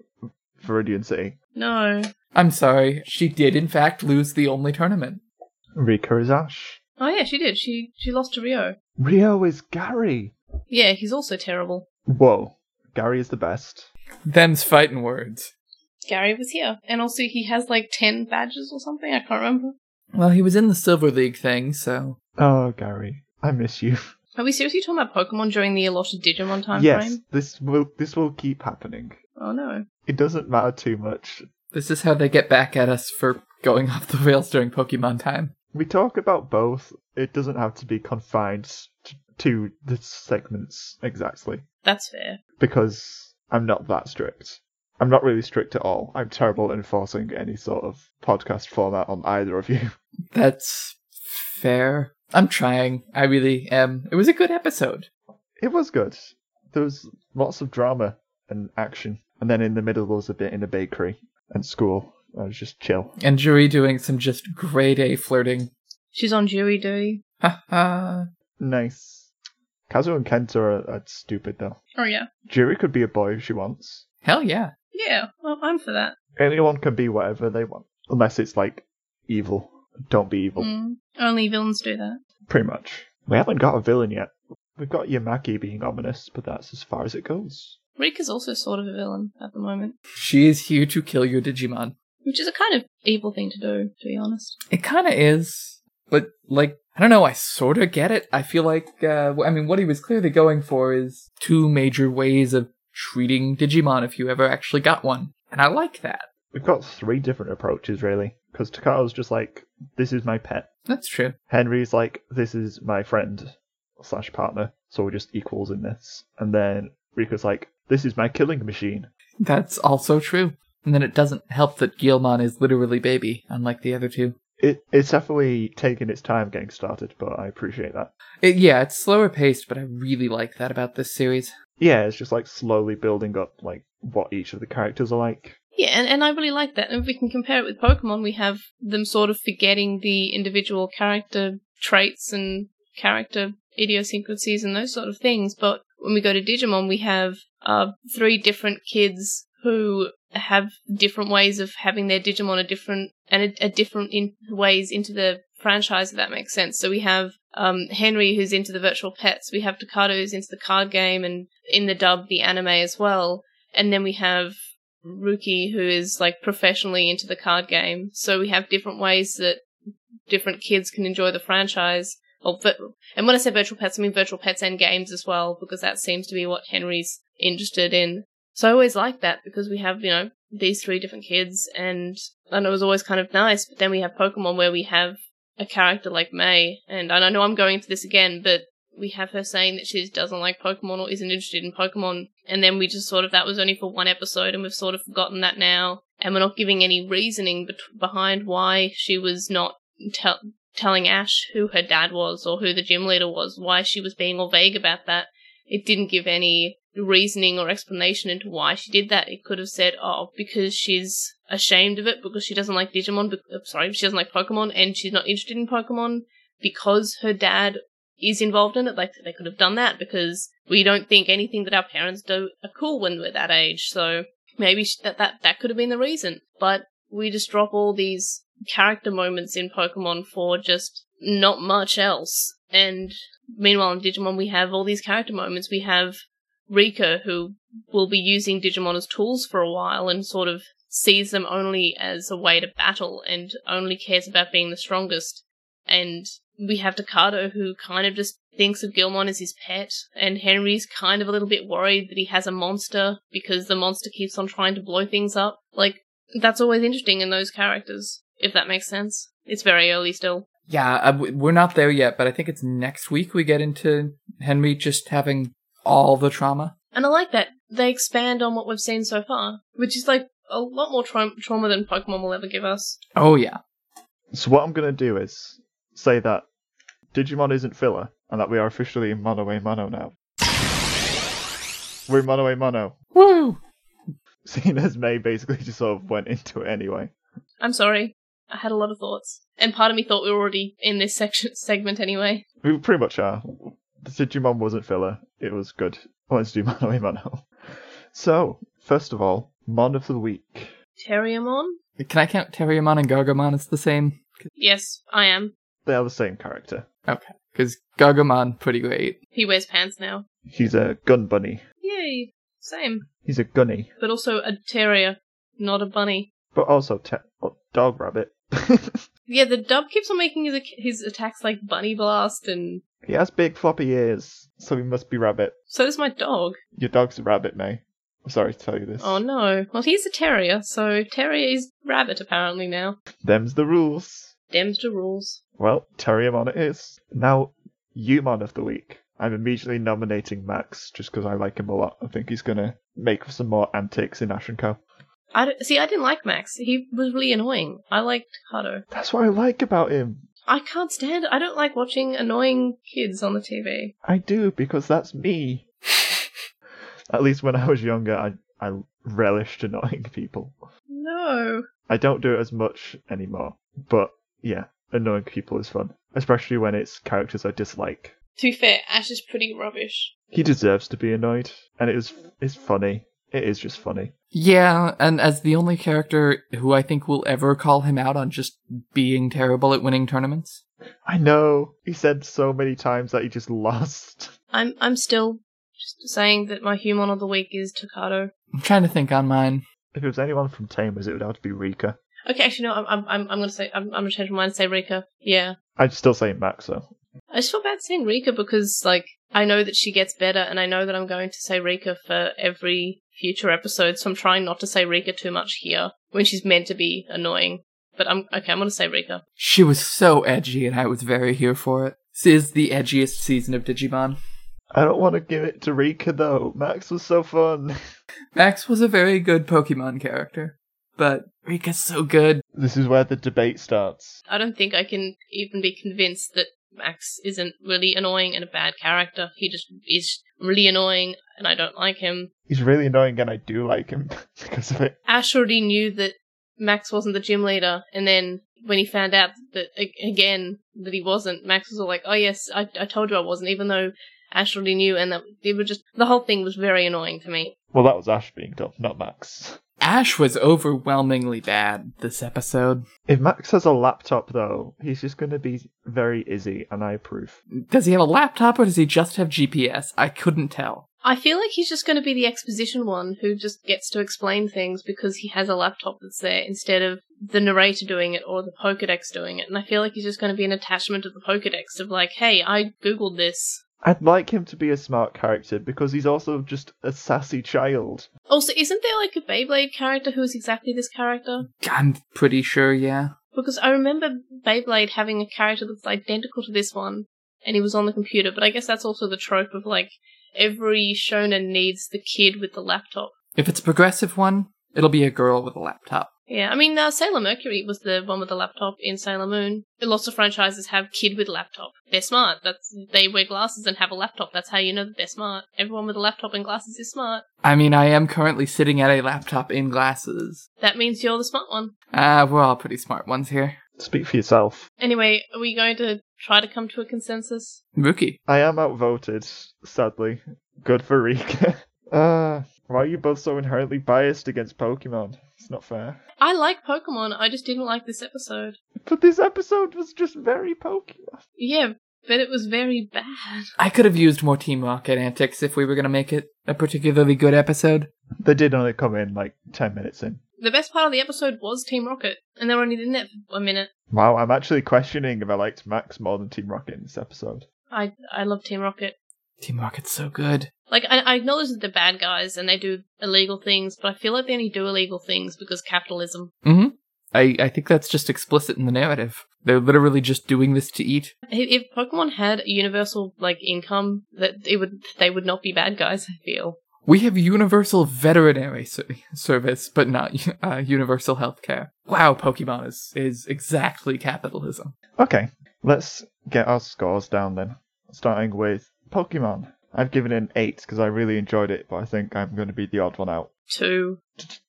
Speaker 1: Viridian City.
Speaker 3: No.
Speaker 2: I'm sorry. She did, in fact, lose the only tournament.
Speaker 1: Rika is Ash.
Speaker 3: Oh yeah, she did. She she lost to Rio.
Speaker 1: Rio is Gary.
Speaker 3: Yeah, he's also terrible.
Speaker 1: Whoa. Gary is the best.
Speaker 2: Them's fighting words.
Speaker 3: Gary was here. And also he has like ten badges or something, I can't remember.
Speaker 2: Well, he was in the Silver League thing, so.
Speaker 1: Oh, Gary. I miss you.
Speaker 3: Are we seriously talking about Pokemon during the allotted Digimon time
Speaker 1: yes,
Speaker 3: frame?
Speaker 1: this will this will keep happening.
Speaker 3: Oh no.
Speaker 1: It doesn't matter too much.
Speaker 2: This is how they get back at us for going off the rails during Pokemon time.
Speaker 1: We talk about both. It doesn't have to be confined t- to the segments exactly
Speaker 3: That's fair.
Speaker 1: because I'm not that strict. I'm not really strict at all. I'm terrible at enforcing any sort of podcast format on either of you.
Speaker 2: That's fair. I'm trying. I really am. It was a good episode.
Speaker 1: It was good. There was lots of drama and action, and then in the middle there was a bit in a bakery and school. I was just chill.
Speaker 2: And Jury doing some just grade A flirting.
Speaker 3: She's on jury duty.
Speaker 2: Ha ha.
Speaker 1: Nice. Kazuo and Kenta are, are stupid though.
Speaker 3: Oh yeah.
Speaker 1: Jiri could be a boy if she wants.
Speaker 2: Hell yeah.
Speaker 3: Yeah, well, I'm for that.
Speaker 1: Anyone can be whatever they want, unless it's like evil. Don't be evil,
Speaker 3: Mm. Only villains do that.
Speaker 1: pretty much. We haven't got a villain yet. We've got Yamaki being ominous, but that's as far as it goes.
Speaker 3: Rika's also sort of a villain at the moment,
Speaker 2: She is here to kill your Digimon.
Speaker 3: which is a kind of evil thing to do, to be honest.
Speaker 2: It kind of is, but like I don't know. I sort of get it. I feel like uh, I mean, what he was clearly going for is two major ways of treating Digimon if you ever actually got one, and I like that.
Speaker 1: We've got three different approaches really, because Takato's just like, "This is my pet."
Speaker 2: That's true.
Speaker 1: Henry's like, "This is my friend slash partner," so we're just equals in this. And then Rika's like, "This is my killing machine."
Speaker 2: That's also true. And then it doesn't help that Gilmon is literally baby, unlike the other two.
Speaker 1: It it's definitely taking its time getting started, but I appreciate that.
Speaker 2: It, yeah, it's slower paced, but I really like that about this series.
Speaker 1: Yeah, it's just like slowly building up like what each of the characters are like.
Speaker 3: Yeah, and, and I really like that. And if we can compare it with Pokemon, we have them sort of forgetting the individual character traits and character idiosyncrasies and those sort of things. But when we go to Digimon, we have uh, three different kids who have different ways of having their Digimon a different and a, a different in ways into the franchise. If that makes sense. So we have um, Henry who's into the virtual pets. We have Takado who's into the card game and in the dub the anime as well. And then we have Ruki, who is like professionally into the card game. So we have different ways that different kids can enjoy the franchise. Or, vi- and when I say virtual pets, I mean virtual pets and games as well, because that seems to be what Henry's interested in. So I always like that because we have, you know, these three different kids and, and it was always kind of nice. But then we have Pokemon where we have a character like May. And I know I'm going into this again, but we have her saying that she doesn't like Pokemon or isn't interested in Pokemon, and then we just sort of that was only for one episode, and we've sort of forgotten that now, and we're not giving any reasoning bet- behind why she was not tell telling Ash who her dad was or who the gym leader was, why she was being all vague about that. It didn't give any reasoning or explanation into why she did that. It could have said, "Oh, because she's ashamed of it, because she doesn't like Digimon, bec- uh, sorry, she doesn't like Pokemon, and she's not interested in Pokemon." Because her dad is involved in it. Like they could have done that because we don't think anything that our parents do are cool when we're that age. So maybe sh- that that that could have been the reason. But we just drop all these character moments in Pokemon for just not much else. And meanwhile, in Digimon, we have all these character moments. We have Rika, who will be using Digimon as tools for a while and sort of sees them only as a way to battle and only cares about being the strongest and we have Takado who kind of just thinks of Gilmon as his pet, and Henry's kind of a little bit worried that he has a monster because the monster keeps on trying to blow things up. Like, that's always interesting in those characters. if that makes sense. It's very early still.
Speaker 2: Yeah, uh, w- we're not there yet, but I think it's next week we get into Henry just having all the trauma.
Speaker 3: And I like that. They expand on what we've seen so far, which is like a lot more tra- trauma than Pokemon will ever give us.
Speaker 2: Oh, yeah.
Speaker 1: So what I'm gonna do is say that Digimon isn't filler and that we are officially in Mono A Mono now. We're Mono A Mono.
Speaker 2: Woo!
Speaker 1: Seeing as May basically just sort of went into it anyway.
Speaker 3: I'm sorry. I had a lot of thoughts. And part of me thought we were already in this section segment anyway.
Speaker 1: We pretty much are. The Digimon wasn't filler. It was good. Let's do Mono A Mono. So, first of all, Mon of the Week.
Speaker 3: Terriamon?
Speaker 2: Can I count Terriamon and Gargamon as the same?
Speaker 3: Yes, I am.
Speaker 1: They are the same character.
Speaker 2: Okay, because Gargamon, pretty great.
Speaker 3: He wears pants now.
Speaker 1: He's a gun bunny.
Speaker 3: Yay. Same.
Speaker 1: He's a gunny.
Speaker 3: But also a terrier, not a bunny.
Speaker 1: But also te- oh, dog rabbit.
Speaker 3: Yeah, the dub keeps on making his, his attacks like bunny blast and
Speaker 1: he has big floppy ears, so he must be rabbit.
Speaker 3: so does my dog.
Speaker 1: Your dog's a rabbit, May. I'm sorry to tell you this.
Speaker 3: Oh no. Well, he's a terrier, so terrier is rabbit apparently now.
Speaker 1: Them's the rules.
Speaker 3: Dems to rules.
Speaker 1: Well, Terriamon it is. Now, Umon of the week. I'm immediately nominating Max just because I like him a lot. I think he's gonna make some more antics in Ash and Co.
Speaker 3: I d- see. I didn't like Max. He was really annoying. I liked Cardo.
Speaker 1: That's what I like about him.
Speaker 3: I can't stand. I don't like watching annoying kids on the TV.
Speaker 1: I do because that's me. At least when I was younger, I I relished annoying people.
Speaker 3: No.
Speaker 1: I don't do it as much anymore, but yeah, annoying people is fun, especially when it's characters I dislike.
Speaker 3: To be fair, Ash is pretty rubbish.
Speaker 1: He deserves to be annoyed, and it is it's funny. It is just funny.
Speaker 2: Yeah, and as the only character who I think will ever call him out on just being terrible at winning tournaments.
Speaker 1: I know he said so many times that he just lost.
Speaker 3: I'm. I'm still just saying that my human of the week is Tocado.
Speaker 2: I'm trying to think on mine.
Speaker 1: If it was anyone from Tamers, it would have to be Rika.
Speaker 3: Okay, actually, no. I'm. I'm. I'm I'm gonna say. I'm. I'm gonna change my mind and say Rika. Yeah.
Speaker 1: I'd still say Max though.
Speaker 3: I just feel bad saying Rika because, like, I know that she gets better, and I know that I'm going to say Rika for every future episode. So I'm trying not to say Rika too much here when she's meant to be annoying. But I'm okay. I'm gonna say Rika.
Speaker 2: She was so edgy, and I was very here for it. This is the edgiest season of Digimon.
Speaker 1: I don't want to give it to Rika though. Max was so fun.
Speaker 2: Max was a very good Pokemon character, but Rika's so good.
Speaker 1: this is where the debate starts.
Speaker 3: I don't think I can even be convinced that Max isn't really annoying and a bad character. He just is really annoying and I don't like him.
Speaker 1: He's really annoying, and I do like him because of it.
Speaker 3: Ash already knew that Max wasn't the gym leader, and then when he found out that a- again that he wasn't, Max was all like, "Oh yes, I, I told you I wasn't," even though Ash already knew, and that it was just the whole thing was very annoying to me.
Speaker 1: Well, that was Ash being dumb, not Max.
Speaker 2: Ash was overwhelmingly bad this episode.
Speaker 1: If Max has a laptop, though, he's just going to be very izzy, and I approve.
Speaker 2: Does he have a laptop or does he just have GPS? I couldn't tell.
Speaker 3: I feel like he's just going to be the exposition one who just gets to explain things because he has a laptop that's there instead of the narrator doing it or the Pokedex doing it. And I feel like he's just going to be an attachment of the Pokedex of like, hey, I googled this.
Speaker 1: I'd like him to be a smart character because he's also just a sassy child.
Speaker 3: Also, isn't there like a Beyblade character who is exactly this character?
Speaker 2: I'm pretty sure, yeah.
Speaker 3: Because I remember Beyblade having a character that's identical to this one and he was on the computer, but I guess that's also the trope of like every shonen needs the kid with the laptop.
Speaker 2: If it's a progressive one, it'll be a girl with a laptop.
Speaker 3: Yeah, I mean, uh, Sailor Mercury was the one with the laptop in Sailor Moon. Lots of franchises have kid with laptop. They're smart. That's they wear glasses and have a laptop. That's how you know that they're smart. Everyone with a laptop and glasses is smart.
Speaker 2: I mean, I am currently sitting at a laptop in glasses.
Speaker 3: That means you're the smart one.
Speaker 2: Ah, we're all pretty smart ones here.
Speaker 1: Speak for yourself.
Speaker 3: Anyway, are we going to try to come to a consensus?
Speaker 2: Rookie.
Speaker 1: I am outvoted, sadly. Good for Rika. uh, why are you both so inherently biased against Pokemon? It's not fair.
Speaker 3: I like Pokemon. I just didn't like this episode.
Speaker 1: But this episode was just very Pokemon.
Speaker 3: Yeah, but it was very bad.
Speaker 2: I could have used more Team Rocket antics if we were going to make it a particularly good episode.
Speaker 1: They did only come in like 10 minutes in.
Speaker 3: The best part of the episode was Team Rocket, and they were only in there for a minute.
Speaker 1: Wow, I'm actually questioning if I liked Max more than Team Rocket in this episode.
Speaker 3: I I love Team Rocket.
Speaker 2: Team Rocket's so good.
Speaker 3: Like, I, I acknowledge that they're bad guys and they do illegal things, but I feel like they only do illegal things because capitalism.
Speaker 2: Mm hmm. I, I think that's just explicit in the narrative. They're literally just doing this to eat.
Speaker 3: If if Pokemon had universal like income, that it would they would not be bad guys. I feel.
Speaker 2: We have universal veterinary ser- service, but not uh, universal healthcare. Wow, Pokemon is, is exactly capitalism.
Speaker 1: Okay, let's get our scores down then. Starting with Pokemon. I've given it an 8 because I really enjoyed it, but I think I'm going to be the odd one out.
Speaker 3: Two.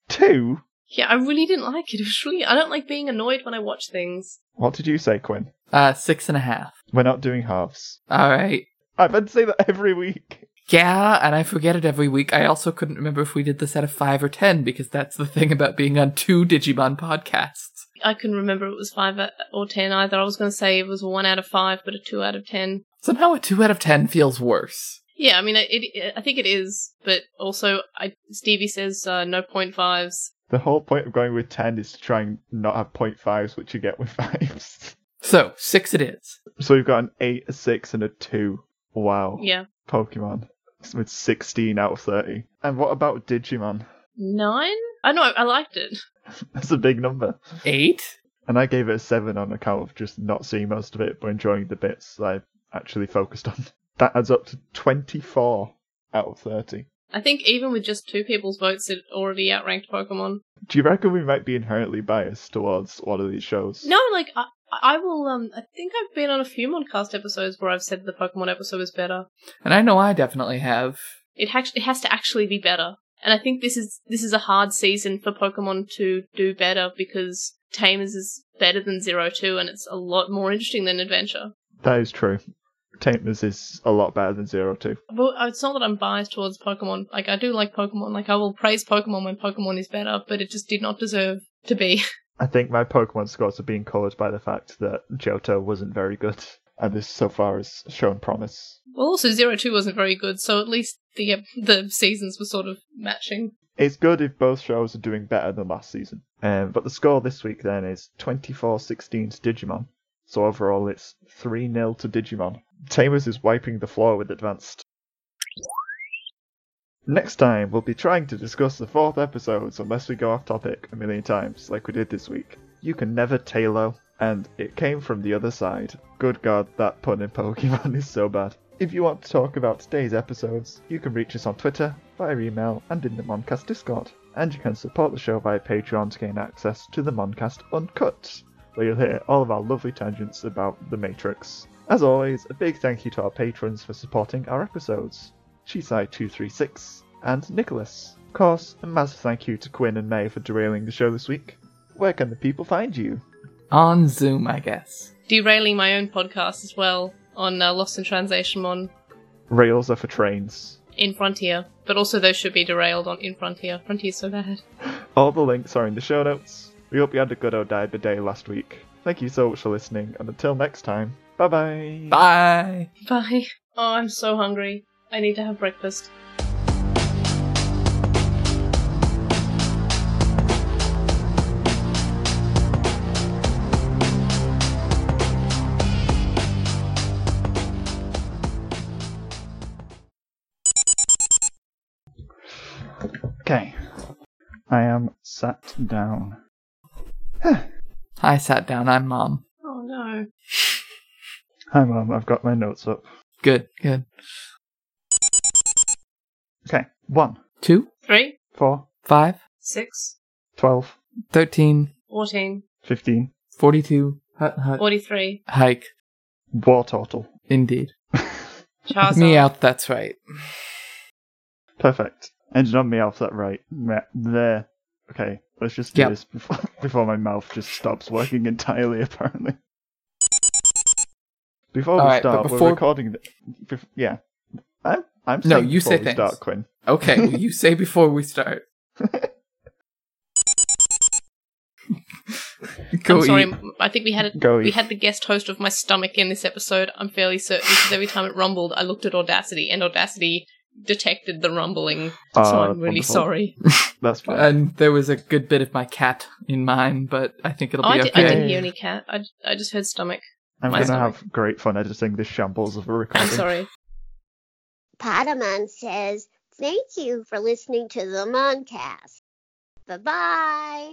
Speaker 1: Two?
Speaker 3: Yeah, I really didn't like it. It was really I don't like being annoyed when I watch things.
Speaker 1: What did you say, Quinn?
Speaker 2: Uh, six and a half.
Speaker 1: We're not doing halves.
Speaker 2: All right.
Speaker 1: I've been saying that every week.
Speaker 2: Yeah, and I forget it every week. I also couldn't remember if we did this out of five or ten because that's the thing about being on two Digimon podcasts.
Speaker 3: I couldn't remember it was five or ten either. I was going to say it was a one out of five, but a two out of ten.
Speaker 2: Somehow a two out of ten feels worse.
Speaker 3: Yeah, I mean, it, it, I think it is, but also I, Stevie says uh, no point fives.
Speaker 1: The whole point of going with 10 is to try and not have point fives, which you get with fives.
Speaker 2: So six it is.
Speaker 1: So we've got an 8, a 6, and a 2. Wow.
Speaker 3: Yeah,
Speaker 1: Pokemon. With 16 out of 30. And what about Digimon?
Speaker 3: nine. I know, I liked it.
Speaker 1: That's a big number.
Speaker 2: Eight.
Speaker 1: And I gave it a 7 on account of just not seeing most of it, but enjoying the bits that I actually focused on. That adds up to 24 out of 30.
Speaker 3: I think even with just two people's votes, it already outranked Pokemon.
Speaker 1: Do you reckon we might be inherently biased towards one of these shows?
Speaker 3: No, like I, I will. Um, I think I've been on a few Moncast episodes where I've said the Pokemon episode is better.
Speaker 2: And I know I definitely have.
Speaker 3: It, ha- it has to actually be better, and I think this is this is a hard season for Pokemon to do better because Tamers is better than Zero Two, and it's a lot more interesting than Adventure.
Speaker 1: That is true. Taintless is a lot better than Zero Two.
Speaker 3: Well, uh, it's not that I'm biased towards Pokemon. Like I do like Pokemon. Like I will praise Pokemon when Pokemon is better, but it just did not deserve to be.
Speaker 1: I think my Pokemon scores are being coloured by the fact that Johto wasn't very good, and this so far has shown promise.
Speaker 3: Well, also Zero Two wasn't very good, so at least the ep- the seasons were sort of matching.
Speaker 1: It's good if both shows are doing better than last season. Um, but the score this week then is 24-16 to Digimon. So overall, it's 3-0 to Digimon. Tamers is wiping the floor with Advanced. Next time, we'll be trying to discuss the fourth episodes unless we go off topic a million times, like we did this week. You can never Tailo, and it came from the other side. Good god, that pun in Pokemon is so bad. If you want to talk about today's episodes, you can reach us on Twitter, via email, and in the Moncast Discord. And you can support the show via Patreon to gain access to the Moncast Uncut, where you'll hear all of our lovely tangents about The Matrix. As always, a big thank you to our patrons for supporting our episodes Chisai236 and Nicholas. Of course, a massive thank you to Quinn and May for derailing the show this week. Where can the people find you?
Speaker 2: On Zoom, I guess.
Speaker 3: Derailing my own podcast as well on uh, Lost in Translation on
Speaker 1: Rails are for trains.
Speaker 3: in Frontier, but also those should be derailed on in Frontier. Frontier's so bad.
Speaker 1: All the links are in the show notes. We hope you had a good Odaiba day last week. Thank you so much for listening, and until next time, bye bye.
Speaker 2: Bye.
Speaker 3: Bye. Oh, I'm so hungry. I need to have breakfast.
Speaker 1: Okay. I am sat down.
Speaker 2: I sat down. I'm mom.
Speaker 3: Oh no.
Speaker 1: Hi, Mum, I've got my notes up.
Speaker 2: Good. Good.
Speaker 1: Okay. One,
Speaker 2: Two,
Speaker 3: Three,
Speaker 1: four,
Speaker 2: five,
Speaker 3: six,
Speaker 1: twelve,
Speaker 2: thirteen,
Speaker 3: fourteen,
Speaker 1: fifteen.
Speaker 2: forty-two. Hut hut.
Speaker 3: forty-three.
Speaker 2: Hike.
Speaker 1: War turtle.
Speaker 2: Indeed.
Speaker 3: Charizard.
Speaker 2: Meowth. That's right.
Speaker 1: Perfect. And did not meow that right. Meh, There. Okay, let's just do
Speaker 2: Yep.
Speaker 1: this before, before my mouth just stops working entirely, apparently. Before we
Speaker 2: Alright, but
Speaker 1: start,
Speaker 2: before-
Speaker 1: we're recording. The, bef- yeah. I'm, I'm
Speaker 2: No,
Speaker 1: saying
Speaker 2: you
Speaker 1: before
Speaker 2: say
Speaker 1: we
Speaker 2: things.
Speaker 1: start, Quinn.
Speaker 2: Okay. well, you say before we start. Go
Speaker 3: I'm sorry.
Speaker 2: eat.
Speaker 3: m- I think we had it.
Speaker 1: Go
Speaker 3: We
Speaker 1: eat.
Speaker 3: had the guest host of my stomach in this episode. I'm fairly certain because every time it rumbled, I looked at Audacity, and Audacity detected the rumbling.
Speaker 2: Uh,
Speaker 3: so
Speaker 1: Ah,
Speaker 3: I'm really
Speaker 1: wonderful.
Speaker 3: sorry.
Speaker 1: That's fine.
Speaker 2: And there was a good bit of my cat in mine, but I think it'll
Speaker 3: Oh, I,
Speaker 2: be
Speaker 3: di- I
Speaker 2: okay.
Speaker 3: didn't hear any cat. I, I just heard stomach.
Speaker 1: I'm
Speaker 3: my
Speaker 1: going to
Speaker 3: stomach.
Speaker 1: have great fun editing this shambles of a recording.
Speaker 3: I'm sorry.
Speaker 4: Potamon says, Thank you for listening to the Moncast. Bye bye.